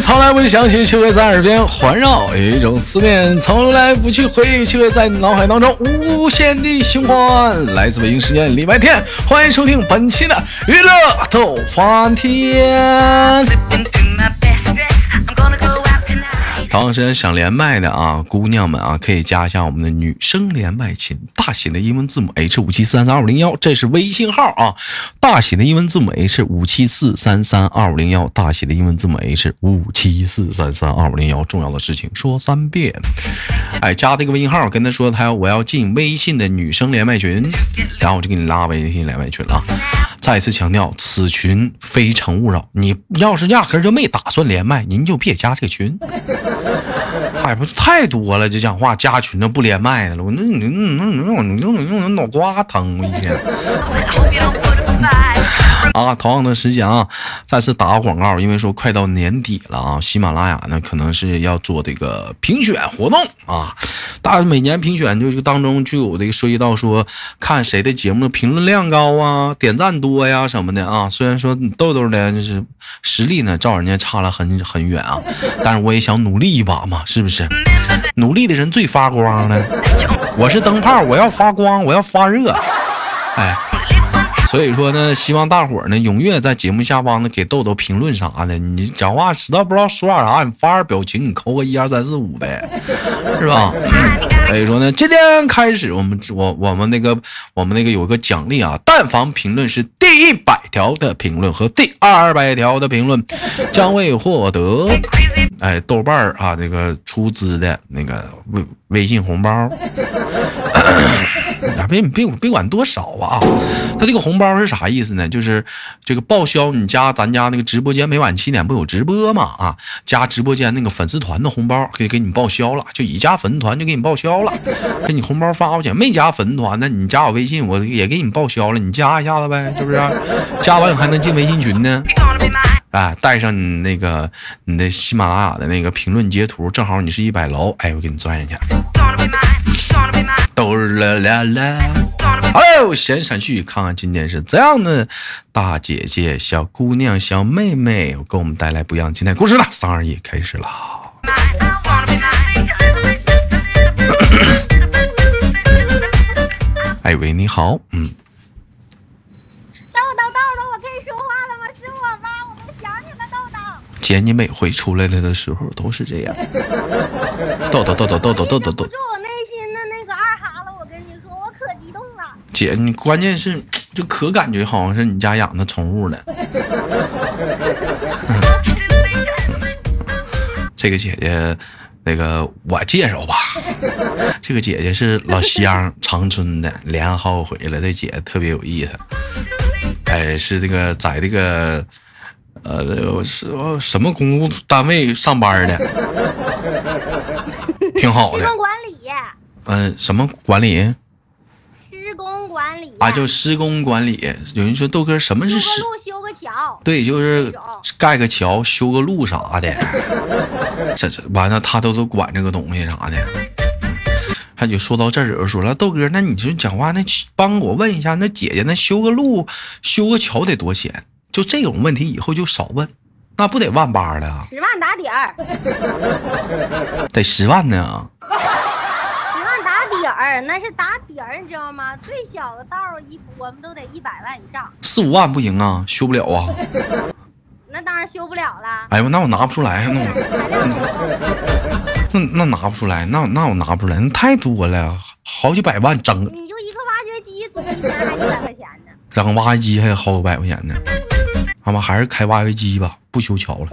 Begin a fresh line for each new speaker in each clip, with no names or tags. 从来不想起，却会在耳边环绕；有一种思念从来不去回忆，却会在脑海当中无限的循环。来自北京时间礼拜天，欢迎收听本期的娱乐逗翻天。同样时间想连麦的啊，姑娘们啊，可以加一下我们的女生连麦群，大写的英文字母 H 五七四三三二五零幺，这是微信号啊，大写的英文字母 H 五七四三三二五零幺，大写的英文字母 H 五七四三三二五零幺，重要的事情说三遍。哎，加这个微信号，跟他说他我要进微信的女生连麦群，然后我就给你拉微信连麦群了啊。再次强调，此群非诚勿扰。你要是压根儿就没打算连麦，您就别加这个群。哎，不是太多了，这讲话加群的不连麦的了，我那你那你那你那你那脑瓜疼，我一天。啊，同样的时间啊，再次打个广告，因为说快到年底了啊，喜马拉雅呢可能是要做这个评选活动啊，大每年评选就是当中就有这个涉及到说看谁的节目评论量高啊、点赞多呀什么的啊。虽然说豆豆呢就是实力呢照人家差了很很远啊， 但是我也想努力一把嘛，是不是？努力的人最发光呢，我是灯泡，我要发光，我要发热，哎。所以说呢，希望大伙儿呢踊跃在节目下方呢给豆豆评论啥的。你讲话实在不知道说点啥，你发点表情，你扣个一二三四五呗，是吧？所以说呢，今天开始我们我我们那个我们那个有个奖励啊，但凡评论是第一百条的评论和第二百条的评论，将会获得哎豆瓣儿啊那个出资的那个微微信红包。啊，别别别管多少啊！他这个红包是啥意思呢？就是这个报销你家咱家那个直播间每晚七点不有直播嘛啊，加直播间那个粉丝团的红包给给你报销了，就已加粉丝团就给你报销了，给你红包发过去。没加粉丝团的，你加我微信我也给你报销了，你加一下子呗，是不是、啊？加完你还能进微信群呢。哎，带上你那个你的喜马拉雅的那个评论截图，正好你是一百楼，哎，我给你钻进去。都啦啦啦！哎呦，闲闪去看看今天是怎样的大姐姐、小姑娘、小妹妹，给我们带来不一样精彩故事了。三二一，开始啦！哎喂，你好，嗯。
豆豆豆豆，我可以说话了吗？是我吗？我们想你了，豆豆。
姐，你每回出来了的时候都是这样。豆豆豆豆豆豆豆豆豆
不。是我内心的那个二哈了，我跟你说，我可激动了。
姐，你关键是就可感觉好像是你家养的宠物了。 这个姐姐，那个我介绍吧，这个姐姐是老乡，长春的，连安号回来，这姐特别有意思。哎，是这个在这个呃是呃什么公务单位上班的，挺好
施
的。
工管理，
嗯、什么管理
施工管理
啊？就施工管理。有人说豆哥，什么是施
修？个路，修个桥。
对，就是
那种
盖个桥、修个路啥的， 这这完了，他都都管这个东西啥的。他就说到这儿，有人说了，豆哥，那你就讲话，那帮我问一下，那姐姐那修个路、修个桥得多钱？就这种问题以后就少问，那不得万八了啊，
十万打底儿，
得十万呢。啊
十万打底儿，那是打底儿，你知道吗？最小的道儿一，我们都得一百万以上，
四五万不行啊，修不了啊！
那当然修不了了。
哎呦，那我拿不出来，那我
材料那么高
那那拿不出来，那那我拿不出来，那太多了，好几百万整
你就一个挖掘机，总一年还一百块钱呢。
整挖掘机还好几百块钱呢，他妈还是开挖掘机吧，不修桥了。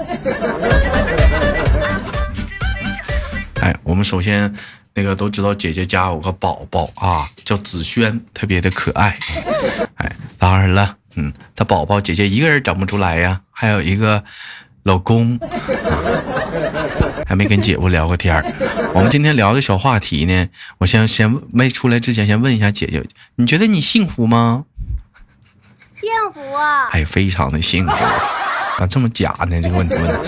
哎，我们首先那个都知道姐姐家有个宝宝啊，叫子轩，特别的可爱。哎，当然了，嗯，她宝宝姐姐一个人整不出来呀，还有一个老公，啊、还没跟姐夫聊过天儿。我们今天聊的小话题呢，我先先没出来之前先问一下姐姐，你觉得你幸福吗？
幸福啊！
哎，非常的幸福。咋这么假呢？这个问题问的，
主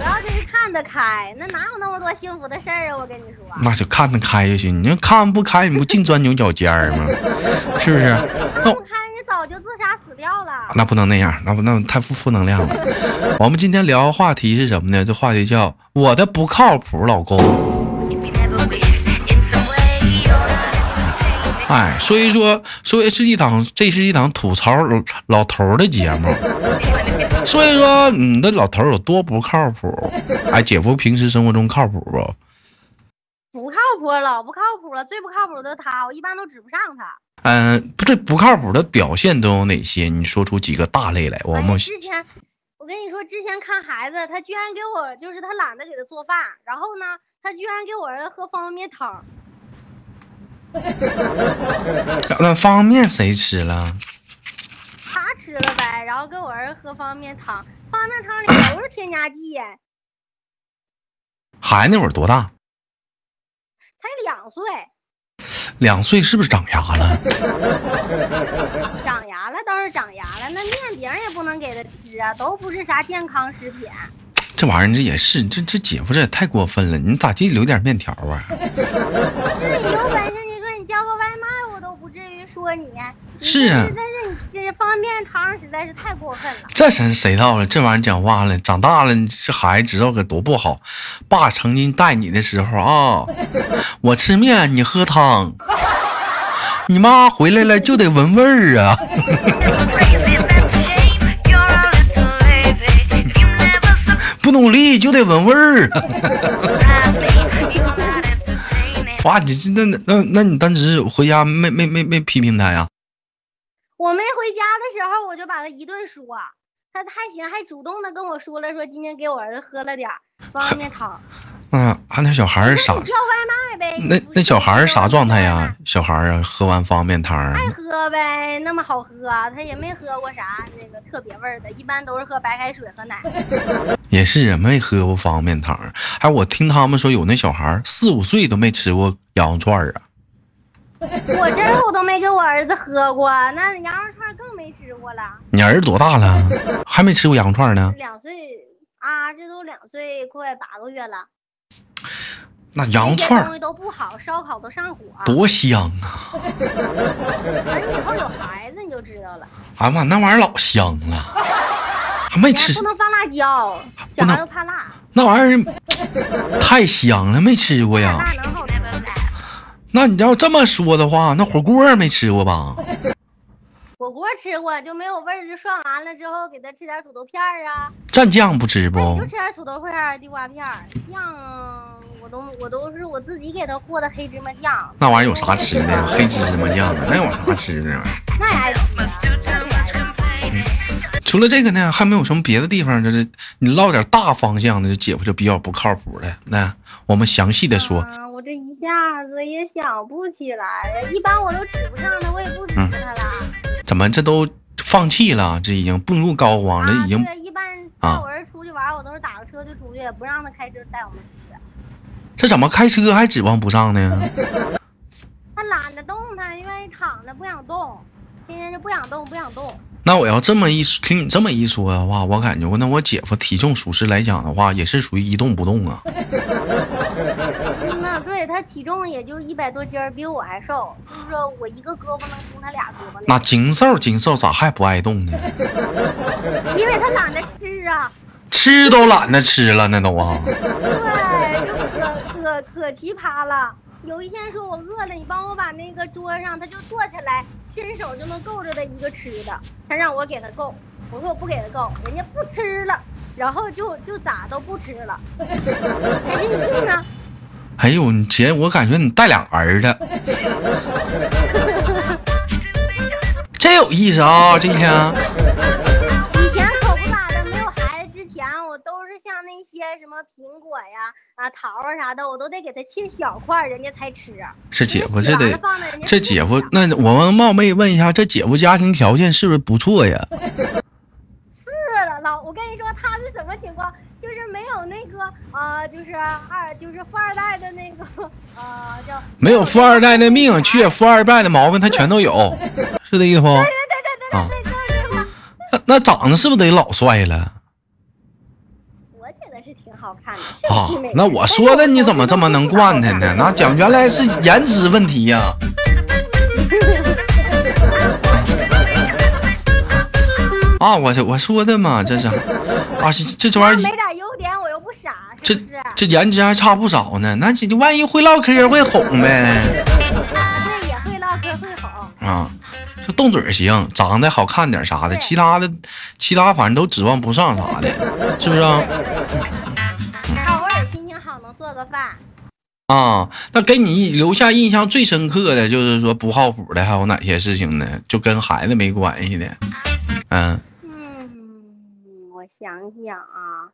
要啊就是看得开，那哪有那么多幸福的事儿啊！我跟你说，
那就看得开就行。你要看不开，你不净钻牛角尖儿吗？是不是？那哦
看不开你早就自杀死掉了。
那不能那样，那不那太负负能量了。我们今天聊话题是什么呢？这话题叫“我的不靠谱老公”。哎，所以说，所以是一档，这是一档吐槽老老头儿的节目。所以说，你的老头儿有多不靠谱？哎，姐夫平时生活中靠谱不？
不靠谱，老不靠谱了，最不靠谱的是他，我一般都指不上他。
嗯，不对，不靠谱的表现都有哪些？你说出几个大类来，我
哎
们、
之前，我跟你说，之前看孩子，他居然给我，就是他懒得给他做饭，然后呢，他居然给我儿子喝方便面汤儿，
那方便面谁吃了？
他吃了呗，然后给我儿子喝方便面汤，方便面汤里都是添加剂，才
孩子那会儿多大？
两岁，
两岁是不是长牙了？
长牙了倒是长牙了，那面饼也不能给他吃啊，都不是啥健康食品。
这玩意儿这也是，这这姐夫这也太过分了！你咋就留点面条啊？
这你有本事你说你叫个外卖，我都不至于说你。你
是啊
这但是你这是方便面汤实在是太过分了。
这谁谁道了？这玩意儿讲话了，长大了这孩子知道可多不好。爸曾经带你的时候啊、我吃面你喝汤，你妈回来了就得闻味儿啊。不努力就得闻味儿。啊哇，你这那那那你当时回家没没没没批评他呀？
我没回家的时候，我就把他一顿说，他还行，还主动的跟我说了，说今天给我儿子喝了 点儿方便面汤。
啊，啊那小孩儿傻
那你，叫外卖呗。你
那
不
那
是
小孩儿啥状态
叫外
呀
卖？
小孩儿啊，喝完方便汤儿，
爱喝呗，那么好喝，他也没喝过啥那个特别味儿的，一般都是喝白开水和奶。
也是啊，没喝过方便汤儿。哎，我听他们说有那小孩儿四五岁都没吃过羊肉串儿啊。
我这儿我都没给我儿子喝过，那羊肉串更没吃过了。
你儿子多大了？还没吃过羊肉串儿呢？
两岁啊，这都两岁快八个月了。
那羊肉
这些
串
东
儿
西都不好，烧烤都上火。
多香啊！
等以后有孩子你就知道了，
哎呀妈，那玩意儿老香了，还没
你还
吃
不能放辣椒，小孩都怕辣，
那玩意儿太香了，没吃过呀。
辣能好吃。
那你要这么说的话，那火锅儿没吃过吧？
火锅吃过就没有味儿，就涮完了之后给他吃点土豆片儿啊，
蘸酱不吃
那你
不
就吃？点土豆片儿、啊地瓜片儿，酱我都我都是我自己给他和的黑芝麻酱，
那玩意儿有啥吃的？黑芝麻酱的，那有啥吃的？啊
那还行
除了这个呢，还没有什么别的地方，就是你唠点大方向的，就姐夫就比较不靠谱的。那我们详细的说，
啊，我这一下子也想不起来了，一般我都指不上他，我也不指
嗯
着他了。
怎么这都放弃了？这已经步入膏肓了，
啊，
已经
对，一般带
啊
我儿子出去玩，我都是打个车就出去，不让他开车带我们出去。
这怎么开车还指望不上呢？
他懒得动弹，他愿意躺着，不想动，天天就不想动，不想动。
那我要这么一说听你这么一说的话，我感觉那我姐夫体重属实来讲的话，也是属于一动不动啊。
嗯呐，对他体重也就一百多斤儿，比我还瘦，就是说我一个胳膊能顶他俩胳膊
那精瘦精瘦咋还不爱动呢？
那，因为他懒得吃啊。
吃都懒得吃了，那都啊。
对，就可可可奇葩了。有一天说我饿了，你帮我把那个桌上，他就坐下来，伸手就能够着的一个吃的，他让我给他够，我说我不给他够，人家不吃了，然后就就咋都不吃了，还任性呢。
哎呦，你姐，我感觉你带俩儿子，真有意思啊！这一天，
以前可不咋的，没有孩子之前，我都是像那些什么苹果呀、啊桃儿啥的，我都得给他切小块儿，人家才吃。
这姐夫这
人家洗
得，
完了放在人家
这姐夫，那我们冒昧问一下，这姐夫家庭条件是不是不错呀？
是了，老，我跟你说他是什么情况，就是没有那个呃，就是二，就是富二代的那个呃，叫
没有富二代的命，却有富二代的毛病，他全都有，是这意思不？啊
对对对对对对对，就是他。
那那长得是不是得老帅了
我觉得是挺好看的，是
啊
挺美？
那我说的你怎么这么能惯他呢？那讲原来是颜值问题呀、啊，我我说的嘛，这是啊，这这
那
玩意
没
儿，
点优点，我又不傻，
这
是不是？
这颜值还差不少呢。那这万一会唠嗑会哄呗
对，也会唠嗑，会哄。
啊，就动嘴儿行，长得好看点啥的，
对
其他的其他反正都指望不上啥的，是不是啊？
偶尔心情好能做个饭，
啊，那给你留下印象最深刻的就是说不靠谱的，还有哪些事情呢？就跟孩子没关系的，嗯
嗯，我想想啊，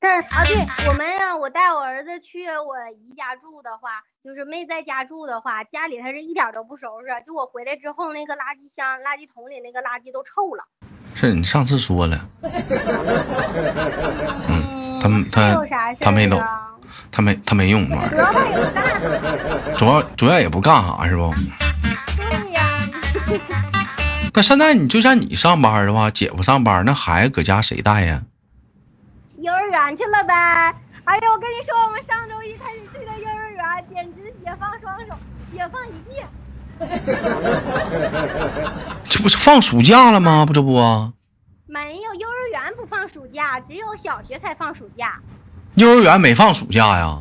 但啊，对我们呀、我带我儿子去我姨家住的话，就是妹在家住的话，家里他是一点儿都不收拾，就我回来之后，那个垃圾箱、垃圾桶里那个垃圾都臭了。
是你上次说了，
嗯
他们他
还有啥事
他没
儿
懂
啊
他没他没用那玩意儿，主
主要他也不干，
要主要也不干啥是不？
对呀、
那现在你就像你上班的话，姐夫上班，那孩子搁家谁带呀？
幼儿园去了呗。哎呀，我跟你说，我们上周一开始去的幼儿园，简直解放双手，解放一臂。
这不是放暑假了吗？不这不啊，
没有，幼儿园不放暑假，只有小学才放暑假。
幼儿园没放暑假呀？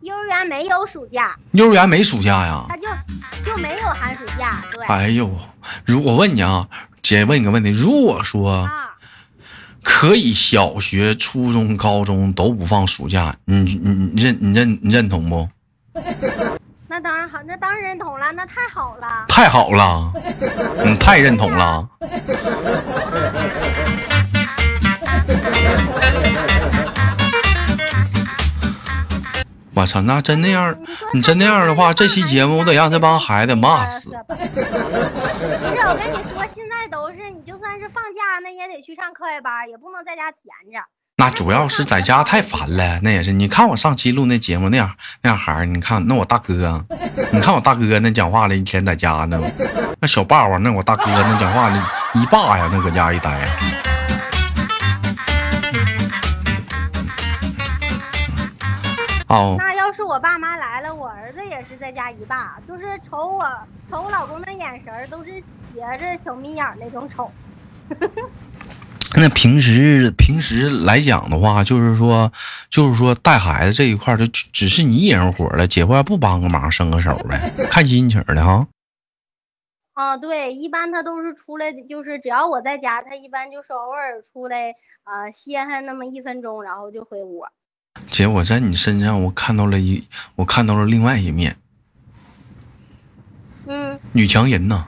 幼儿园没有暑假，
幼儿园没暑假呀？
它就就没有寒暑假。对，
哎呦，如果问你啊，姐问你个问题，如果说。
啊，
可以小学、初中、高中都不放暑假，你你你认你认你认同不？
那当然好，那当然认同了，那太好了。
太好了，你太认同了。我操，那真那样，你真那样的话，这期节目我得让这帮孩子骂 死。
不是，我跟你说，现在都是你就算是放假，那也得去上课外班，也不能在家闲着。
那主要是在家太烦了，那也是。你看我上期录那节目那样那样孩儿，你看那我大哥，啊你看我大哥那讲话了，一天在家呢，那小霸王那我大哥那讲话了，一霸呀，那搁家一待。哦，
那要是我爸妈来了，我儿子也是在家一霸，就是瞅我瞅我老公的眼神儿都是斜着小眯眼儿那种瞅。
那平时平时来讲的话，就是说，就是说带孩子这一块儿，就只只是你一人活了，姐夫要不帮个忙伸个手呗，看心情的哈。
啊，对，一般他都是出来，就是只要我在家，他一般就是偶尔出来，呃，歇上那么一分钟，然后就回屋。
姐，我在你身上我看到了一，我看到了另外一面，
嗯，
女强人 呐。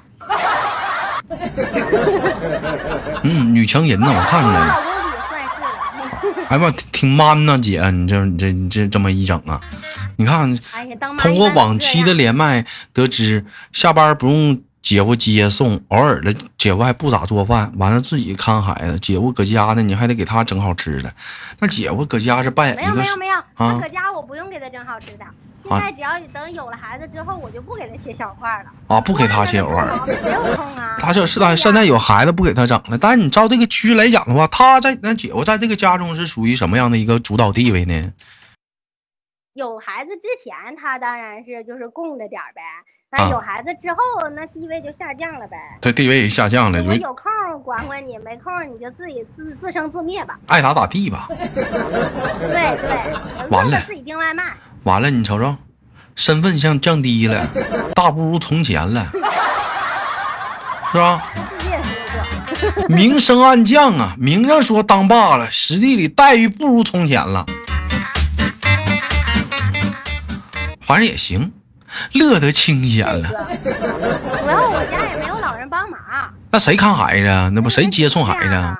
嗯，女强人呐，我看
跟
出
我
来了。
老公比算是了。
哎呀妈，挺挺 man 呐，姐，你这你这你这这么一整啊，你看，
哎呀，当妈
通
一
过
般都
往
这
期
样
的连麦得知，下班不用姐夫接送，偶尔的姐夫还不咋做饭，完了自己看孩子，姐夫搁家呢，你还得给他整好吃的。那姐夫搁家是扮
没
演一
有
个
没有没有，他
啊
搁家我不用给他整好吃的。
啊
现在只要等有了孩子之后，我就不给他切小块儿了。
啊，不给他切
偶
偶尔。
没有空啊。
他这是他现在有孩子不给他整了，但是你照这个区来讲的话，他在那姐夫在这个家中是属于什么样的一个主导地位呢？
有孩子之前，他当然是就是供着点儿呗。
啊
那有孩子之后，那地位就下降了呗。
他地位也下降了，
我
就
有空儿管管你，没空儿你就自己自自生自灭吧。
爱咋咋地吧。
对对，
完了
自己订外卖。
完了，你瞅瞅，身份像降低了，大不如从前了，是吧？
他自己也说过，
明升暗降啊，明着说当爸了，实际里待遇不如从前了。反正也行，乐得清闲了。
主要我家也没有老人帮忙，
那谁看孩子啊？那不谁接送孩
这
子
样
啊？
啊？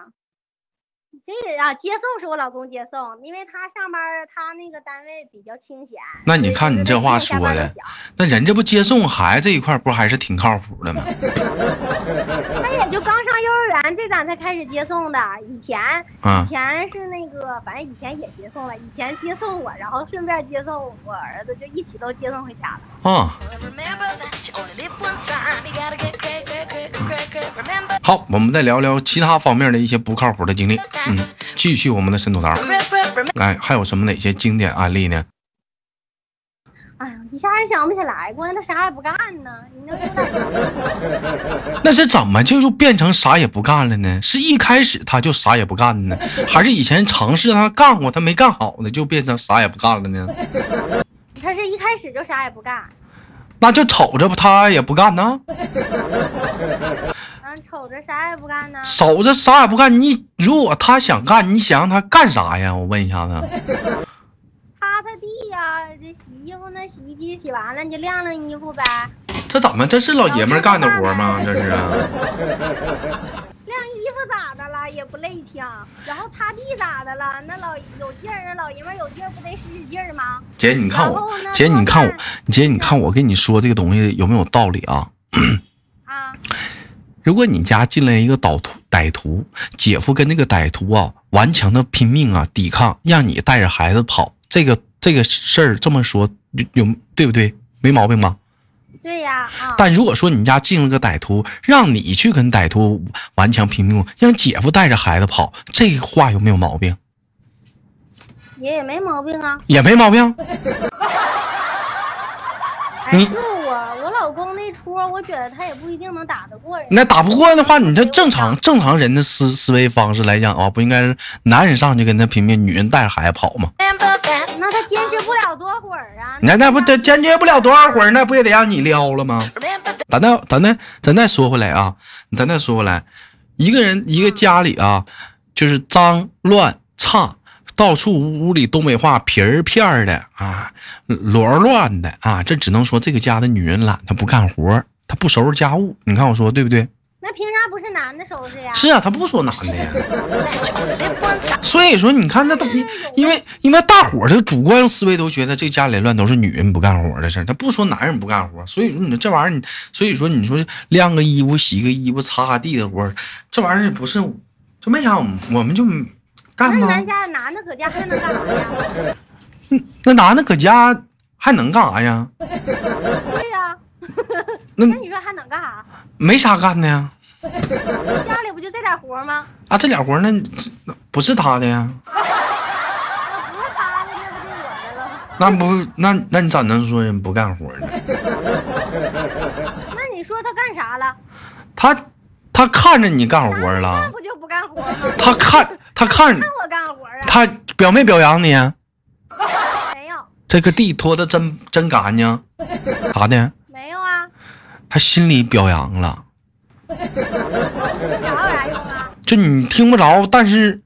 这个啊，接送是我老公接送，因为他上班儿，他那个单位比较清闲。
那你看你这话说的
所以就是下
那人这不接送孩子这一块儿不还是挺靠谱的吗？
班儿也小他也就刚上幼儿园，这咱才开始接送的。以前以
啊，
前是那个，反正以前也接送了，以前接送我，然后顺便接送我儿子，就一起都接送回家了。
啊，
Remember that you only live one time. You gotta get great, great, great, great, great. Remember
好，我们再聊聊其他方面的一些不靠谱的经历。嗯，继续我们的神吐槽。哎
that. Remember.
来，还有什么哪些经典案例呢？
哎呀，一一下也想不起来过，那啥也不干呢。你能有点
那是怎么就就变成啥也不干了呢？是一开始他就啥也不干呢，还是以前尝试他干过，他没干好呢，就变成啥也不干了呢？
他是一开始就啥也不干，
那就瞅着吧，他也不干呢，
嗯，瞅着啥也不干呢。
守着啥也不干。你如果他想干，你想让他干啥呀？我问一下子，
擦擦地呀、这洗衣服那洗衣机洗完了你就晾晾衣服呗，
这怎么这是老爷们儿干的活吗？这是啊。
晾衣服咋的了也不累挺，然后擦地咋的了？那老有劲儿，啊老爷们儿有劲儿不得使使劲儿吗？
姐，你看
然
我
后呢，
姐，你看我
做，
姐，你看我跟你说这个东西有没有道理啊？
啊，
如果你家进来一个歹徒，歹徒，姐夫跟这个歹徒啊，顽强的拼命啊，抵抗，让你带着孩子跑，这个这个事儿这么说有有对不对？没毛病吧？
对呀，啊，
但如果说你家进了个歹徒，让你去跟歹徒顽强拼命，让姐夫带着孩子跑，这个话有没有毛病？
也也没毛病啊。
也没毛病。
哎，
你
就我我老公那出，我觉得他也不一定能打得过人家。
那打不过的话，你这正常正常人的思思维方式来讲啊，不应该是男人上去跟他拼命，女人带着孩子跑吗？
Remember that,
那他坚持不了多会儿啊。
那那不这坚决不了多少会儿，那不也得让你撩了吗？
remember that,
咱再咱再咱再说回来啊，咱再说回来，一个人一个家里啊，就是脏乱差，到处屋里东北话皮儿片儿的啊，罗儿乱的啊，这只能说这个家的女人懒，她不干活儿，她不收拾家务。你看我说对不对？
那凭啥不是男的收拾呀？
是啊，她不说男的呀。
that you only live one time.
所以说，你看那都因因为因为大伙儿的主观思维都觉得这家里乱都是女人不干活的事儿，他不说男人不干活。所以说你这玩意儿，你所以说你说晾个衣服、洗个衣服、擦擦地的活儿，这玩意儿不是就没想我们就干啊
那
吗
咱？家男的搁家还能干啥呀？
那男的搁家还能干啥呀？
对呀、
那
那你说还能干啥？
没啥干的呀。
家里不就这点活吗？
啊，这俩活儿那那不是他的呀，
那不是他的，那不就我的了？
那不那那你咋能说人不干活呢？
那你说他干啥了？
他他看着你干活儿
那
了，
不就不干活吗？
他看他看
看我干活啊？
他表没表扬你啊？
没有，
这个地拖的真真干净，咋的？
没有啊，
还心里表扬了？
这表有啥用啊？
就你听不着，但是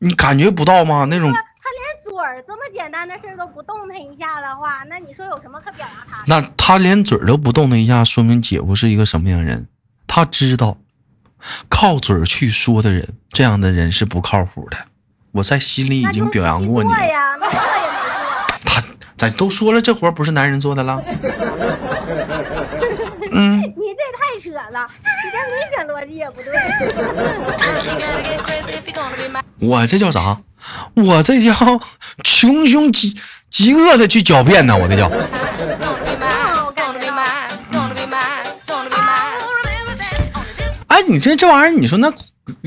你感觉不到吗？那种
他他连嘴儿这么简单的事儿都不动他一下的话，那你说有什么可表扬他的？
那他连嘴儿都不动的一下，说明姐夫是一个什么样的人？他知道，靠嘴儿去说的人，这样的人是不靠谱的。我在心里已经表扬过你
那就是没做啊
了，
呀，那做也没做。
他咱都说了，这活儿不是男人做的了。嗯，
你这太扯了，你这理解逻辑 也不对。
You gotta get crazy if you're gonna be my.
我这叫啥？我这叫穷凶极极恶的去狡辩呢，我这叫。
Gonna be mine, gonna be mine, gonna be mine, gonna be mine. Remember that you only live
哎，你这这玩意儿，你说那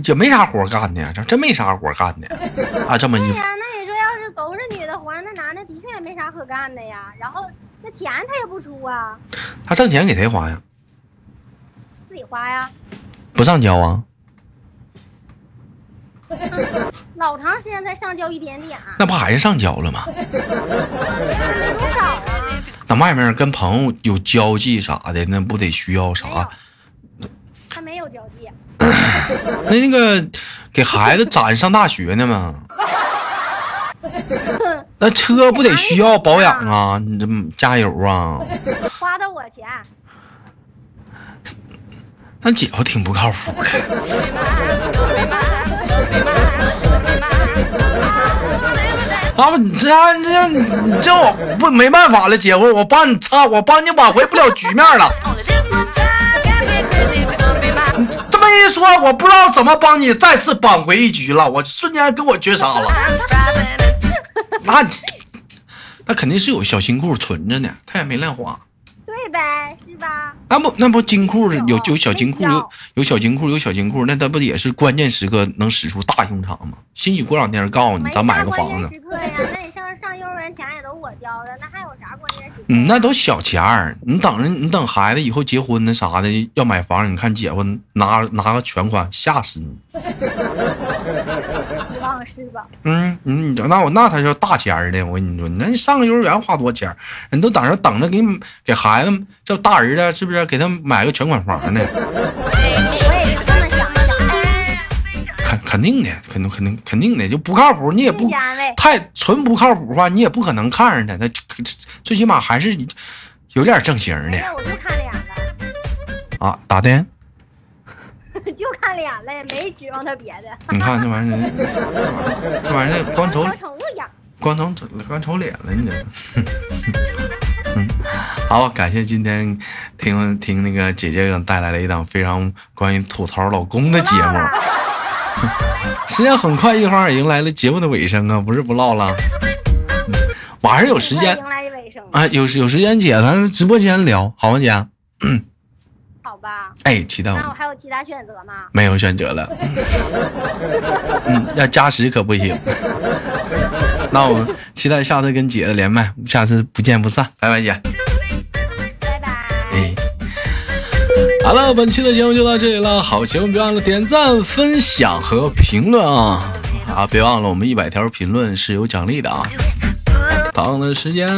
也没啥活干的呀，这真没啥活干的啊。这么一
对呀、那你说要是都是女的活儿，那男的的确也没啥可干的呀。然后那钱他也不出啊，
他挣钱给谁花呀？
自己花呀。
不上交啊？
老长时间才上交一点点，
那不还是上交了吗？
没啊多少啊。
crazy if you
那外面跟朋友有交际啥的，那不得需要
没有
啥？，
他没有交际，
那那个给孩子攒上大学呢嘛？那车不得需要保养啊？你这加油啊？
花的我钱。
那姐夫挺不靠谱的。
be mine, gonna be mine, gonna be mine, gonna be mine. Remember that
啊，你这你这你这我不没办法了，姐夫，我帮你擦，我帮你挽回不了局面了。
you only live one time. Gotta get crazy if you're gonna be mine.
这么一说，我不知道怎么帮你再次扳回一局了，我瞬间跟我绝杀了。
I'm surprising.
那你那肯定是有小金库存着呢，他也没乱花。
对呗，是吧？
那不那不金库有有小金库
没
有
交
有小金库有小金库，那他不也是关键时刻能使出大用场吗？兴许过两天告诉你，
没
咱买
啥
个
关
房
键
子。
时刻呀，那你上上幼儿园分钱也都我交的，那还有啥关键时
你
间？
嗯那都小钱儿，你等着，你等孩子以后结婚的啥的，要买房，你看姐夫拿拿个全款，吓死你。
希望是吧？
嗯，你你那我那才叫大钱儿呢！我跟你说，你那上个幼儿园花多少钱儿？人都等着等着给你给孩子这大儿子是不是给他买个全款房呢？
我也是这么想的。
肯肯定的，肯定肯定肯定的，就不靠谱，你也
谢
不
谢安慰，
太纯不靠谱的话，你也不可能看着他，他最起码还是有点正形 儿
那
的
我就看脸了，
啊！咋的？
就看脸了，也没指望他别的。
你看这玩意儿，这玩意儿，这玩意儿光头
当宠物养。
光头光瞅脸了，你这。 嗯，好，感谢今天听听那个姐姐给我带来了一档非常关于吐槽老公的节目。时间很快，一晃儿迎来了节目的尾声啊，不是不唠了。嗯晚上有时间
迎来尾声，
啊，有有时间姐咱直播间聊，好吗姐？
好吧？
哎，期待我
那我
们
还有其他选择吗？
没有选择了。嗯，要加时可不行。 那我们期待下次跟姐的连麦，下次不见不散，拜拜姐。
拜拜。
哎，好了，本期的节目就到这里了。好节目别忘了点赞、分享和评论啊！啊，别忘了我们一百条评论是有奖励的啊！同样的时间，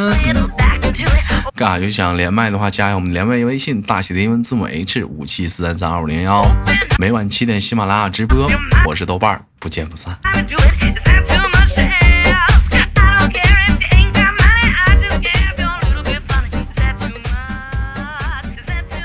Oh,
干啥有想连麦的话，加一下我们连麦微信，大写的英文字母 H 五七四三三二五零幺。每晚七点喜马拉雅直播，我是豆瓣儿，不见不散。
I do it.